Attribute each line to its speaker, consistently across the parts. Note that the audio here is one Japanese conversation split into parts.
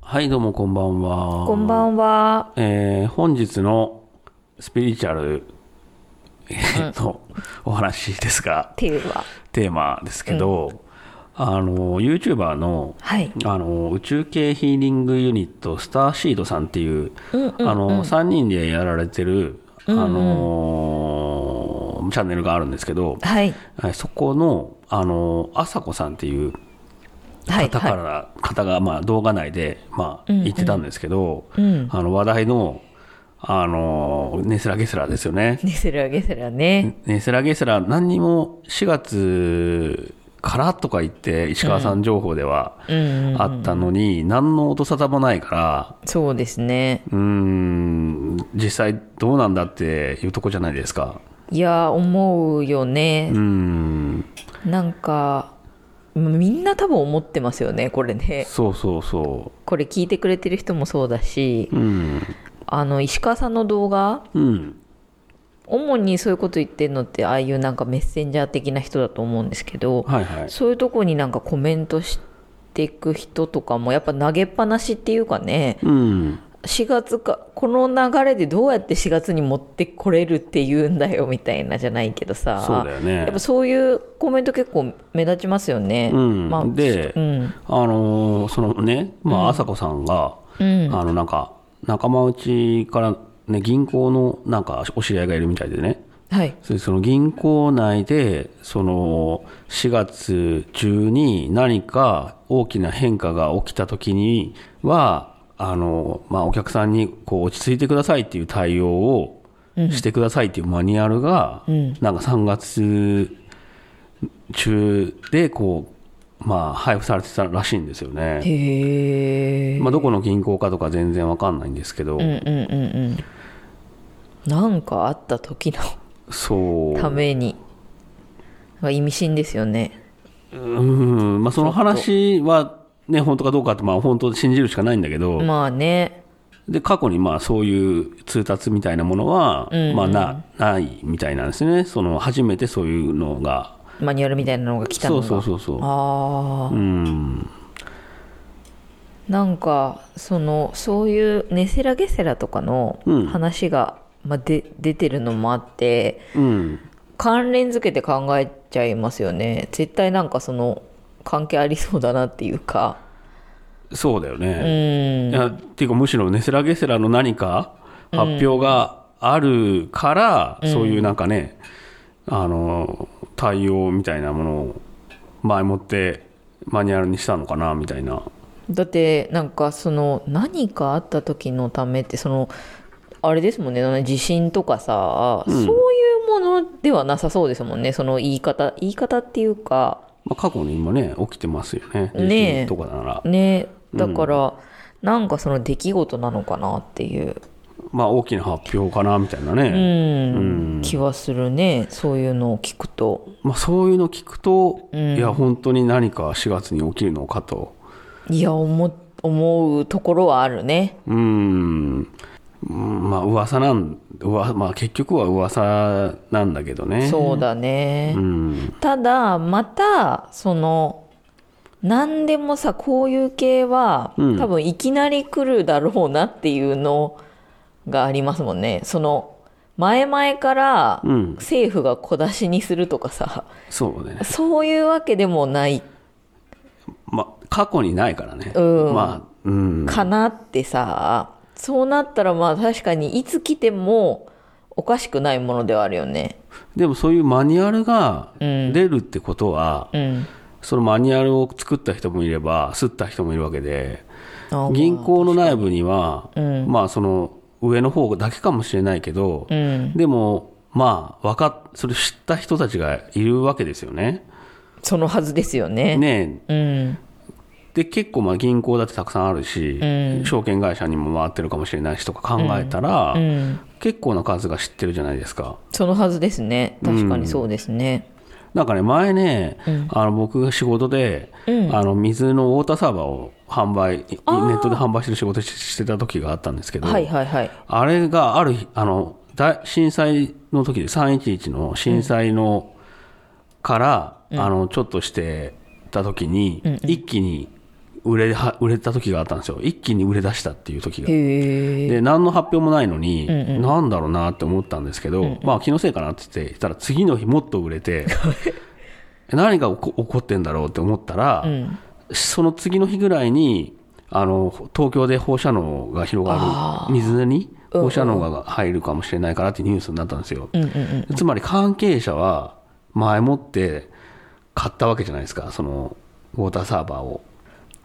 Speaker 1: はい、どうもこんばんは。
Speaker 2: こんばんは。
Speaker 1: えー本日のスピリチュアル、えーのお話ですが、
Speaker 2: テーマ。
Speaker 1: テーマですけど、あの、YouTuber の、
Speaker 2: はい。
Speaker 1: あの宇宙系ヒーリングユニットスターシードさんっていう,、あの3人でやられてる、あのーチャンネルがあるんですけど、
Speaker 2: はい。
Speaker 1: はいそこのあのあさこさんっていう
Speaker 2: はい。
Speaker 1: 方から、
Speaker 2: は
Speaker 1: 方がまあ動画内でまあ言ってたんですけど、
Speaker 2: うん
Speaker 1: あの話題のあのネスラゲスラですよね
Speaker 2: い。。ネセラゲセラね。
Speaker 1: ネスラゲスラ何にも4月からとか言って石川さん情報では
Speaker 2: うん。
Speaker 1: あったのに、何の音沙汰もないから
Speaker 2: そうですね。
Speaker 1: うーん実際どうなんだっていうとこじゃないですか
Speaker 2: いや、思うよね
Speaker 1: うー。ん
Speaker 2: なんか、みんな多分思ってますよね、これね。
Speaker 1: そうそうそ
Speaker 2: これ聞いてくれてる人もそうだし
Speaker 1: う、うん
Speaker 2: あの、石川さんの動画、
Speaker 1: うん
Speaker 2: 主にそういうこと言ってるのって、ああいうなんかメッセンジャー的な人だと思うんですけど、
Speaker 1: はいはい
Speaker 2: そういうとこになんかコメントしていく人とかも、やっぱ投げっぱなしっていうかね、
Speaker 1: うん
Speaker 2: 4月かこの流れでどうやって4月に持ってこれるっていうんだよみたいなじゃないけどさ
Speaker 1: そうだよね
Speaker 2: やっぱそういうコメント結構目立ちますよね、
Speaker 1: うん
Speaker 2: まあ、
Speaker 1: で
Speaker 2: うん
Speaker 1: あのーそのね、まあ、朝子さんが、
Speaker 2: うん
Speaker 1: あのなんか仲間内から、ね、銀行のなんかお知り合いがいるみたいでね
Speaker 2: はい
Speaker 1: それでその銀行内でその4月中に何か大きな変化が起きた時にはあの、まあ、お客さんにこう落ち着いてくださいっていう対応をしてくださいっていうマニュアルが、なんか3月中でこう、まあ、配布されてたらしいんですよね。
Speaker 2: へえ
Speaker 1: まあ、どこの銀行かとか全然わかんないんですけど、
Speaker 2: うんうんうんうんなんかあった時の
Speaker 1: そう
Speaker 2: ためにまあ意味深ですよね
Speaker 1: うん、まあ、その話は、ね、本当かどうかって、まあ、本当信じるしかないんだけど、
Speaker 2: まあね
Speaker 1: で過去にまあそういう通達みたいなものは、まあ、なないみたいなんですねその初めてそういうのが
Speaker 2: マニュアルみたいなのが来たの
Speaker 1: そう
Speaker 2: が
Speaker 1: そうそうそう
Speaker 2: ああ
Speaker 1: うん
Speaker 2: なんかそのそういうネセラゲセラとかの
Speaker 1: うん
Speaker 2: 話が、まあ、で出てるのもあって
Speaker 1: うん
Speaker 2: 関連付けて考えちゃいますよね絶対なんかその関係ありそうだなっていうか
Speaker 1: そうだよ
Speaker 2: う
Speaker 1: ね、
Speaker 2: ん
Speaker 1: いやっていうかむしろネスラゲセラの何か発表があるから、そういうなんかねあの対応みたいなものを前もってマニュアルにしたのかなみたいな
Speaker 2: だってなんかその何かあった時のためってそのあれですもんね地震とかさ、そういうものではなさそうですもんねその言い方言い方っていうか
Speaker 1: まあ、過去にもね起きてますよね地
Speaker 2: ね
Speaker 1: 震
Speaker 2: え
Speaker 1: とかなら、
Speaker 2: ねだから、なんかその出来事なのかなっていう、
Speaker 1: まあ、大きな発表かなみたいな
Speaker 2: う
Speaker 1: ね、
Speaker 2: ん気はするねそういうのを聞くと
Speaker 1: まあ、そういうの聞くと、いや本当に何か4月に起きるのかと
Speaker 2: いや思思うところはあるね
Speaker 1: うんうんまあ噂なんうわ、まあ、結局は噂なんだけどね
Speaker 2: そうだね、
Speaker 1: うん
Speaker 2: ただまたその何でもさこういう系は、
Speaker 1: うん
Speaker 2: 多分いきなり来るだろうなっていうのがありますもんねその前々から
Speaker 1: うん
Speaker 2: 政府が小出しにするとかさ、
Speaker 1: そうね
Speaker 2: そういうわけでもない
Speaker 1: まあ過去にないからね、
Speaker 2: うん
Speaker 1: まあうん
Speaker 2: かなってさ、そうなったらまあ確かにいつ来てもおかしくないものではあるよね。
Speaker 1: でもそういうマニュアルが出るってことは、
Speaker 2: うん。
Speaker 1: そのマニュアルを作った人もいれば刷った人もいるわけで
Speaker 2: あ
Speaker 1: 銀行の内部には、
Speaker 2: うん
Speaker 1: まあその上の方だけかもしれないけど、
Speaker 2: うん。
Speaker 1: でもまあわかっそれ知った人たちがいるわけですよね。
Speaker 2: そのはずですよね。
Speaker 1: ねえ
Speaker 2: うん。
Speaker 1: で結構まあ銀行だってたくさんあるし、証券会社にも回ってるかもしれないしとか考えたら、
Speaker 2: うん。
Speaker 1: 結構な数が知ってるじゃないですか。
Speaker 2: そのはずですね。確かにそうですね。
Speaker 1: なんかね前ね、あの僕が仕事で、あの水のウォーターサーバーを販売ネットで販売してる仕事ししてた時があったんですけど、
Speaker 2: はいはいはい。
Speaker 1: あれがある日、あの、大震災の時で、311の震災の、から、あの、ちょっとしてた時に、一気に売れは売れた時があったんですよ一気に売れ出したっていう時が
Speaker 2: へえ
Speaker 1: で何の発表もないのに、
Speaker 2: うんうん
Speaker 1: なんだろうなって思ったんですけど、まあ気のせいかなって言ってたら次の日もっと売れ て何が起こ起こってんだろうって思ったら、
Speaker 2: うん
Speaker 1: その次の日ぐらいにあの東京で放射能が広が
Speaker 2: あ
Speaker 1: る水に放射能が入るかもしれないからってニュースになったんですよ、
Speaker 2: うんうんうん
Speaker 1: つまり関係者は前もって買ったわけじゃないですかそのウォーターサーバーを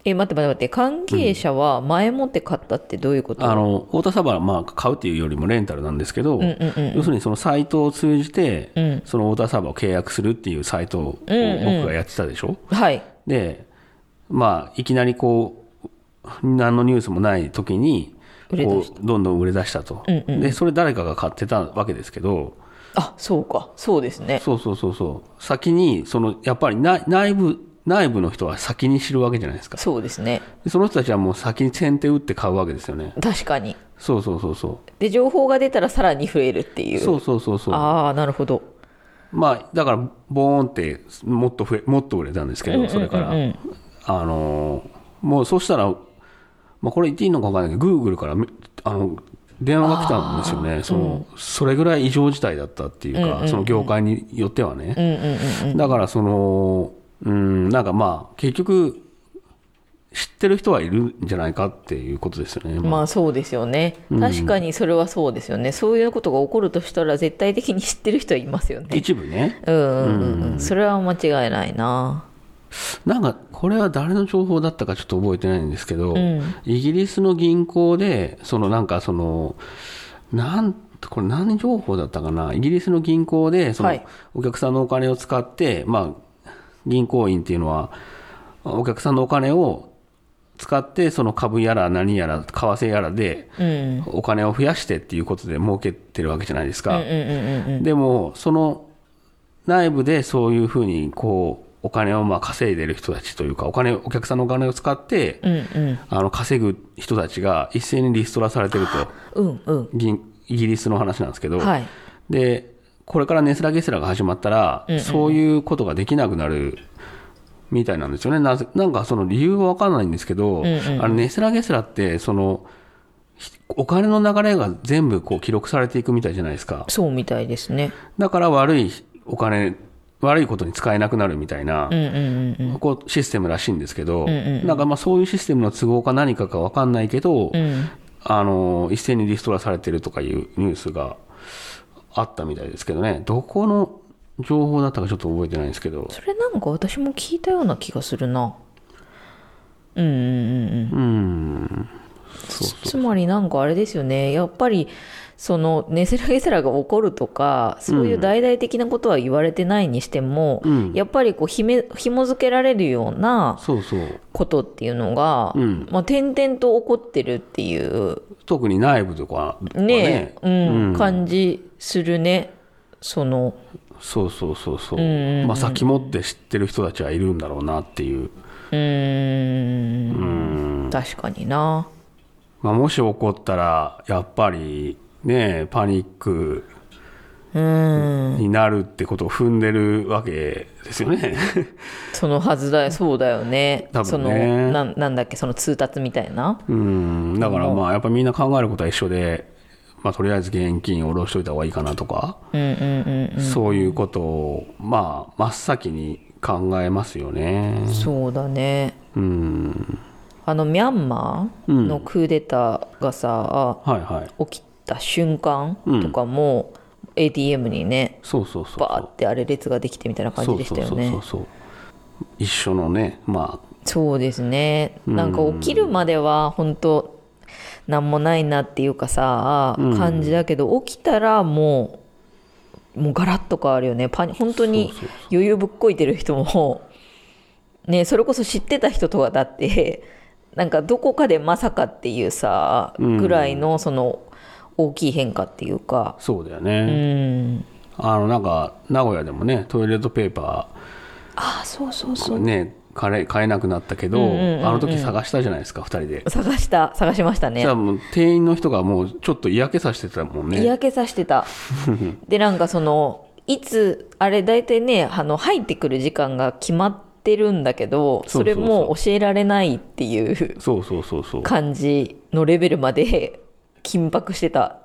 Speaker 2: え待って待って待って関係者は前もって買ったってどういうこと、
Speaker 1: あのウォーターサーバーはまあ買うっていうよりもレンタルなんですけど、
Speaker 2: うんうんうん
Speaker 1: 要するにそのサイトを通じて、
Speaker 2: うん
Speaker 1: そのウォーターサーバーを契約するっていうサイトを僕
Speaker 2: うんうん
Speaker 1: がやってたでしょ、
Speaker 2: はい
Speaker 1: でまあいきなりこう何のニュースもない時に
Speaker 2: 売れ出
Speaker 1: こうどんどん売れ出したと、
Speaker 2: うんうん
Speaker 1: でそれ誰かが買ってたわけですけど
Speaker 2: あそうかそうですね
Speaker 1: そうそうそうそう先にそのやっぱり内内部内部の人は先に知るわけじゃないですか
Speaker 2: そうですね
Speaker 1: でその人たちはもう先に先手打って買うわけですよね
Speaker 2: 確かに
Speaker 1: そうそうそうそ
Speaker 2: で情報が出たらさらに増えるっていうう
Speaker 1: そうそうそうそう
Speaker 2: ああなるほど
Speaker 1: まあだからボーンってもっと増えもっと売れたんですけどそれから、
Speaker 2: うん
Speaker 1: あのーもうそうしたら、まあ、これ言っていいのか分かんないけど Google からめあの電話が来たんですよねその、それぐらい異常事態だったっていうか、その業界によっては
Speaker 2: う
Speaker 1: ね、
Speaker 2: んうんうん
Speaker 1: だからそのうんなんかまあ結局知ってる人はいるんじゃないかっていうことですよね、
Speaker 2: まあそうですよね、確かにそれはそうですよね、そういうことが起こるとしたら、絶対的に知ってる人はいますよね。
Speaker 1: 一部ね
Speaker 2: うんうんうんうん、それは間違いないな。
Speaker 1: なんかこれは誰の情報だったかちょっと覚えてないんですけど、
Speaker 2: うん
Speaker 1: イギリスの銀行でそのなんかそのなんこれ何情報だったかなイギリスの銀行でその、
Speaker 2: はい
Speaker 1: お客さんのお金を使って、まあ、銀行員っていうのはお客さんのお金を使ってその株やら何やら為替やらで
Speaker 2: うん、うん
Speaker 1: お金を増やしてっていうことで儲けてるわけじゃないです
Speaker 2: うん
Speaker 1: か、
Speaker 2: うんうん
Speaker 1: でもその内部でそういうふうにこうお金をまあ稼いでる人たちというかお金お客さんのお金を使って、
Speaker 2: うんうん
Speaker 1: あの稼ぐ人たちが一斉にリストラされてると
Speaker 2: うんうん
Speaker 1: 銀イギリスの話なんですけど、
Speaker 2: はい
Speaker 1: でこれからネスラゲスラが始まったら、
Speaker 2: うんうん
Speaker 1: そういうことができなくなるみたいなんですよねなぜなんかその理由は分かんないんですけど、
Speaker 2: んうん
Speaker 1: あのネスラゲスラってそのひお金の流れが全部こう記録されていくみたいじゃないですか
Speaker 2: そうみたいですね。
Speaker 1: だから悪いお金悪いことに使えなくなるみたいな
Speaker 2: う、んうんうん
Speaker 1: こうシステムらしいんですけど、
Speaker 2: んうん
Speaker 1: なんかまあそういうシステムの都合か何かか分かんないけど、
Speaker 2: うんうん
Speaker 1: あの一斉にリストラされてるとかいうニュースがあったみたいですけどね、どこの情報だったかちょっと覚えてないんですけど、
Speaker 2: それなんか私も聞いたような気がするな。うんうんうんうん
Speaker 1: うん、
Speaker 2: つまりなんかあれですよねやっぱりそのネセラゲセラが起こるとかそういう大々的なことは言われてないにしても、
Speaker 1: うん
Speaker 2: やっぱりこうひめ紐付けられるような
Speaker 1: そうそう、
Speaker 2: ことっていうのが、
Speaker 1: うん
Speaker 2: まあ、点々と起こってるっていう
Speaker 1: 特に内部とかとか
Speaker 2: ねうん
Speaker 1: うん
Speaker 2: 感じするねその
Speaker 1: そうそうそうそう、
Speaker 2: うんうんうん
Speaker 1: まあ、先もって知ってる人たちはいるんだろうなっていう、
Speaker 2: うーん確かにな
Speaker 1: まあ、もし起こったら、やっぱりね、パニック
Speaker 2: うん
Speaker 1: になるってことを踏んでるわけですよね。
Speaker 2: そのはずだよそうだよね
Speaker 1: 多
Speaker 2: そ
Speaker 1: 分
Speaker 2: の
Speaker 1: ね
Speaker 2: なんなんだっけその通達みたいな
Speaker 1: うんだからまあやっぱりみんな考えることは一緒で、まあ、とりあえず現金を下ろしといた方がいいかなとか、
Speaker 2: うんうんうんうん
Speaker 1: そういうことをまあ真っ先に考えますよね。
Speaker 2: そうだね
Speaker 1: うん
Speaker 2: あのミャンマーのクーデターがさ、
Speaker 1: はいはい
Speaker 2: 起きた瞬間とかも、ATM にね
Speaker 1: そうそうそう
Speaker 2: バーってあれ列ができてみたいな感
Speaker 1: そ
Speaker 2: じ
Speaker 1: う
Speaker 2: でし
Speaker 1: そう
Speaker 2: たよ
Speaker 1: そうそう
Speaker 2: ね
Speaker 1: そう一緒のねまあ
Speaker 2: そうですねなんか起きるまでは本当なんもないなっていうかさ感じだけど起きたらもうもうガラッと変わるよねパニ本当に
Speaker 1: そうそう
Speaker 2: 余裕ぶっこいてる人もねそれこそ知ってた人とはだって なんかどこかでまさかっていうさ
Speaker 1: うん
Speaker 2: ぐらいのその大きい変化っていうか
Speaker 1: そうだよ
Speaker 2: う
Speaker 1: ね、
Speaker 2: ん
Speaker 1: あのなんか名古屋でもねトイレットペーパ
Speaker 2: ああそうそうそ
Speaker 1: ー
Speaker 2: う
Speaker 1: ね買え買えなくなったけど、
Speaker 2: うんうんうんうん
Speaker 1: あの時探したじゃないですか2人で。
Speaker 2: 探した探しました
Speaker 1: そ
Speaker 2: ね
Speaker 1: したらもう店員の人がもうちょっと嫌気さしてたもんね。
Speaker 2: 嫌気さして たでなんかそのいつあれ大体ねあの入ってくる時間が決まっってるんだけど
Speaker 1: そう
Speaker 2: そ
Speaker 1: そうそ
Speaker 2: れ
Speaker 1: う
Speaker 2: も教えられないっていう
Speaker 1: そうそうそうそう
Speaker 2: 感じのレベルまで 緊迫してた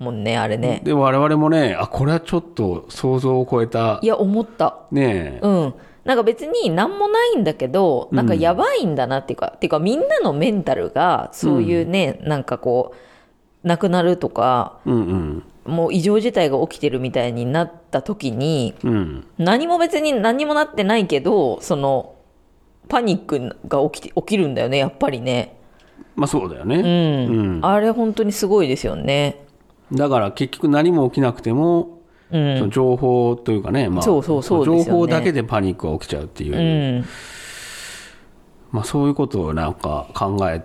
Speaker 2: もんねあれね
Speaker 1: で我々もねあこれはちょっと想像を超えた
Speaker 2: いや思った
Speaker 1: ねえ
Speaker 2: うん、なんか別に何もないんだけどなんかやばいんだなっていうか、っていうかみんなのメンタルがそういうね、なんかこうなくなるとか
Speaker 1: うんうん
Speaker 2: もう異常事態が起きてるみたいになった時に
Speaker 1: うん
Speaker 2: 何も別に何もなってないけどそのパニックが起きて起きるんだよねやっぱりね、
Speaker 1: まあそうだよ
Speaker 2: う
Speaker 1: ね、
Speaker 2: ん
Speaker 1: うん
Speaker 2: あれ本当にすごいですよね。
Speaker 1: だから結局何も起きなくても、
Speaker 2: う
Speaker 1: その
Speaker 2: ん
Speaker 1: 情報というかね、まあ、
Speaker 2: そうそうそうです
Speaker 1: 情
Speaker 2: よね
Speaker 1: 報だけでパニックが起きちゃうっていう、
Speaker 2: うん、
Speaker 1: まあ、そういうことをなんか考え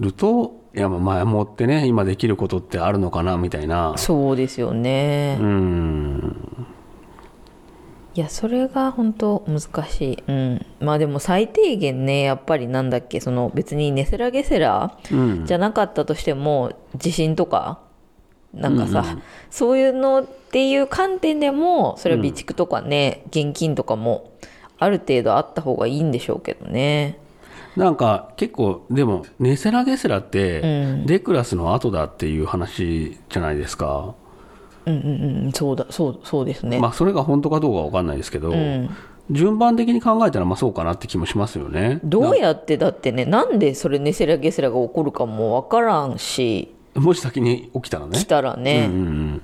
Speaker 1: るといやまあ前もってね今できることってあるのかなみたいな
Speaker 2: そうですよね、
Speaker 1: うん
Speaker 2: いやそれが本当難しい、うん、まあでも最低限ねやっぱりなんだっけその別にネセラゲセラ
Speaker 1: うん
Speaker 2: じゃなかったとしても地震とかなんかさ、そういうのっていう観点でもそれは備蓄とかね、現金とかもある程度あった方がいいんでしょうけどね
Speaker 1: なんか結構でもネセラゲセラって
Speaker 2: う
Speaker 1: デクラスの後だっていう話じゃないですか、
Speaker 2: うんうんうんそうだそうそうですね、
Speaker 1: まあそれが本当かどうかわかんないですけど、
Speaker 2: うん、
Speaker 1: 順番的に考えたらまあそうかなって気もしますよね
Speaker 2: どうやってだってねなんでそれネセラゲセラが起こるかも分からんし
Speaker 1: もし先に起きたらね
Speaker 2: 来たらね、
Speaker 1: うんうんうん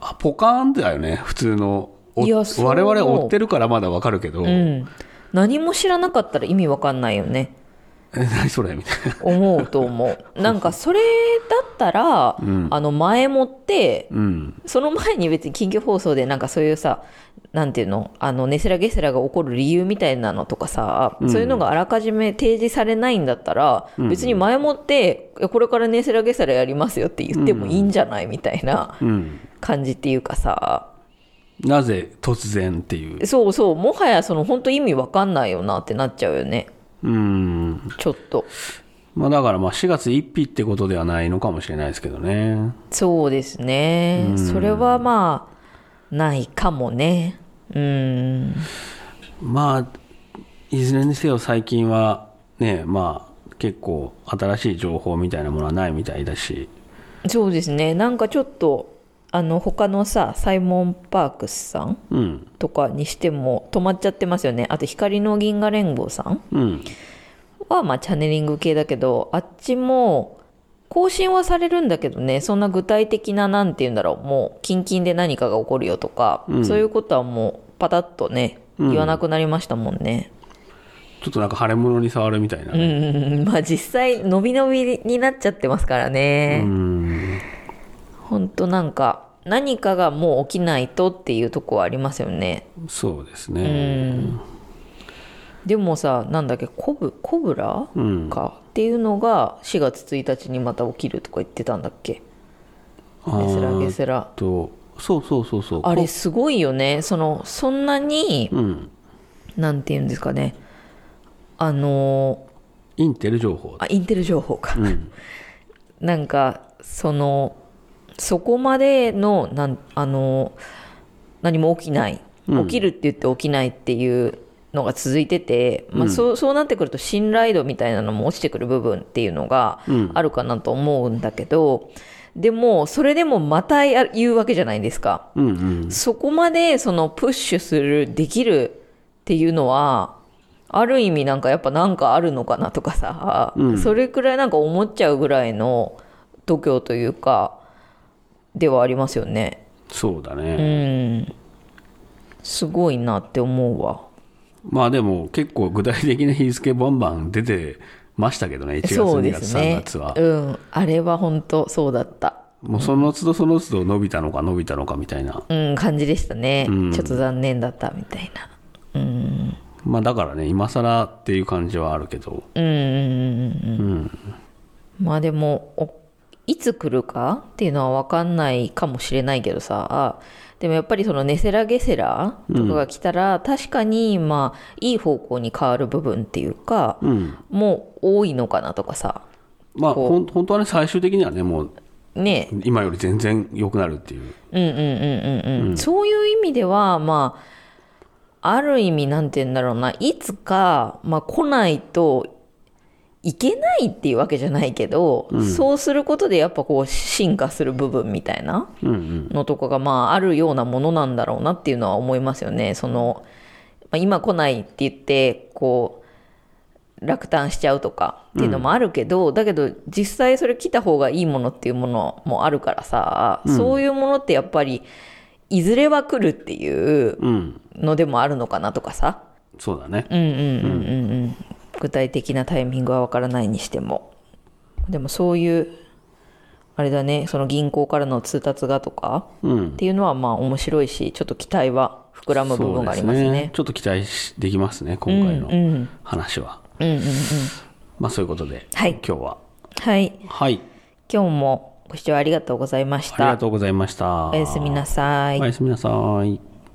Speaker 1: あポカーンだよね普通のお
Speaker 2: いやそう
Speaker 1: 我々追ってるからまだわかるけど、
Speaker 2: うん、何も知らなかったら意味わかんないよね
Speaker 1: え何それみたいな
Speaker 2: 思うと思うなんか それだったら、あの前もって
Speaker 1: うん
Speaker 2: その前に別に緊急放送でなんかそういうさなんていうのあのネセラゲセラが起こる理由みたいなのとかさ、そういうのがあらかじめ提示されないんだったら、別に前もっていやこれからネセラゲセラやりますよって言ってもいいんじゃない、みたいな
Speaker 1: うん
Speaker 2: 感じっていうかさ
Speaker 1: なぜ突然っていう
Speaker 2: そうそうもはやその本当意味わかんないよなってなっちゃうよね
Speaker 1: うん
Speaker 2: ちょっと。
Speaker 1: まあだからまあ4月1日ってことではないのかもしれないですけどね
Speaker 2: そうですね、それはまあないかもねうん
Speaker 1: まあいずれにせよ最近はねまあ結構新しい情報みたいなものはないみたいだし
Speaker 2: そうですねなんかちょっとあの他のさサイモン・パークスさん
Speaker 1: うん
Speaker 2: とかにしても止まっちゃってますよねあと光の銀河連合さん
Speaker 1: うん
Speaker 2: はまあチャネリング系だけどあっちも更新はされるんだけどねそんな具体的ななんて言うんだろうもうキンキンで何かが起こるよとか、そういうことはもうパタッとね言わなくなりましたもんね、
Speaker 1: ちょっとなんか腫れ物に触るみたいな、
Speaker 2: うんうんうんまあ実際伸び伸びになっちゃってますからね、
Speaker 1: うん
Speaker 2: ほんとなんか何かがもう起きないとっていうとこはありますよね
Speaker 1: そうですね
Speaker 2: でもさなんだっけコブコブラ
Speaker 1: うん
Speaker 2: かっていうのが4月1日にまた起きるとか言ってたんだっけ
Speaker 1: あ
Speaker 2: ゲセラ
Speaker 1: ー
Speaker 2: ゲ
Speaker 1: っ
Speaker 2: セラ
Speaker 1: とそうそうそうそう
Speaker 2: あれすごいよねそのそんなに
Speaker 1: うん
Speaker 2: なんて言うんですかねあの
Speaker 1: インテル情報
Speaker 2: あインテル情報か、
Speaker 1: ん
Speaker 2: なんかそのそこまでのなんあの何も起きない起きるって言って起きないっていうのが続いてて、まあ、そうそうなってくると信頼度みたいなのも落ちてくる部分っていうのがあるかなと思うんだけど、でもそれでもまたや言うわけじゃないですか。
Speaker 1: うんうん
Speaker 2: そこまでそのプッシュするできるっていうのはある意味なんかやっぱなんかあるのかなとかさ、それくらいなんか思っちゃうぐらいの度胸というかではありますよね
Speaker 1: そうだ
Speaker 2: う
Speaker 1: ね、
Speaker 2: んすごいなって思うわ
Speaker 1: まあでも結構具体的な日付バンバン出てましたけどね1月
Speaker 2: そう
Speaker 1: 2
Speaker 2: で
Speaker 1: 月、
Speaker 2: すね
Speaker 1: 3月は
Speaker 2: うんあれは本当そうだった
Speaker 1: もうその都度その都度伸びたのか伸びたのかみたいな
Speaker 2: うん感じでしたね、
Speaker 1: うん
Speaker 2: ちょっと残念だったみたいなうん
Speaker 1: まあだからね今更っていう感じはあるけど
Speaker 2: うんうんうんうんうん
Speaker 1: うん
Speaker 2: まあでもおいつ来るかっていうのは分かんないかもしれないけどさでもやっぱりそのネセラゲセラとかが来たら、確かにまあいい方向に変わる部分っていうか、
Speaker 1: うん
Speaker 2: もう多いのかなとかさ
Speaker 1: まあ
Speaker 2: こう
Speaker 1: ほん本当はね最終的にはねもう
Speaker 2: ね
Speaker 1: 今より全然良くなるっていう
Speaker 2: うんうんうんうんうんそういう意味ではまあある意味なんて言うんだろうないつか、まあ、来ないといけないっていうわけじゃないけど、そうすることでやっぱこう進化する部分みたいな
Speaker 1: うんうん
Speaker 2: のとかがまああるようなものなんだろうなっていうのは思いますよね。そのまあ今来ないって言ってこう落胆しちゃうとかっていうのもあるけど、だけど実際それ来た方がいいものっていうものもあるからさ、そういうものってやっぱりいずれは来るっていう
Speaker 1: うん
Speaker 2: のでもあるのかなとかさ、
Speaker 1: そうだね
Speaker 2: うんうんうんうんうん、具体的なタイミングはわからないにしてもでもそういうあれだねその銀行からの通達がとか
Speaker 1: うん
Speaker 2: っていうのはまあ面白いしちょっと期待は膨らむ部分があります
Speaker 1: そう
Speaker 2: ね。
Speaker 1: ちょっと期待しできますね今回
Speaker 2: うん
Speaker 1: の
Speaker 2: うん
Speaker 1: 話は、
Speaker 2: うんうんうん
Speaker 1: まあそういうことで、
Speaker 2: はい
Speaker 1: 今日は
Speaker 2: はい
Speaker 1: はい
Speaker 2: 今日もご視聴ありがとうございまし
Speaker 1: ありが
Speaker 2: た。
Speaker 1: とうございました
Speaker 2: おやすみなさい
Speaker 1: お。やすみなさい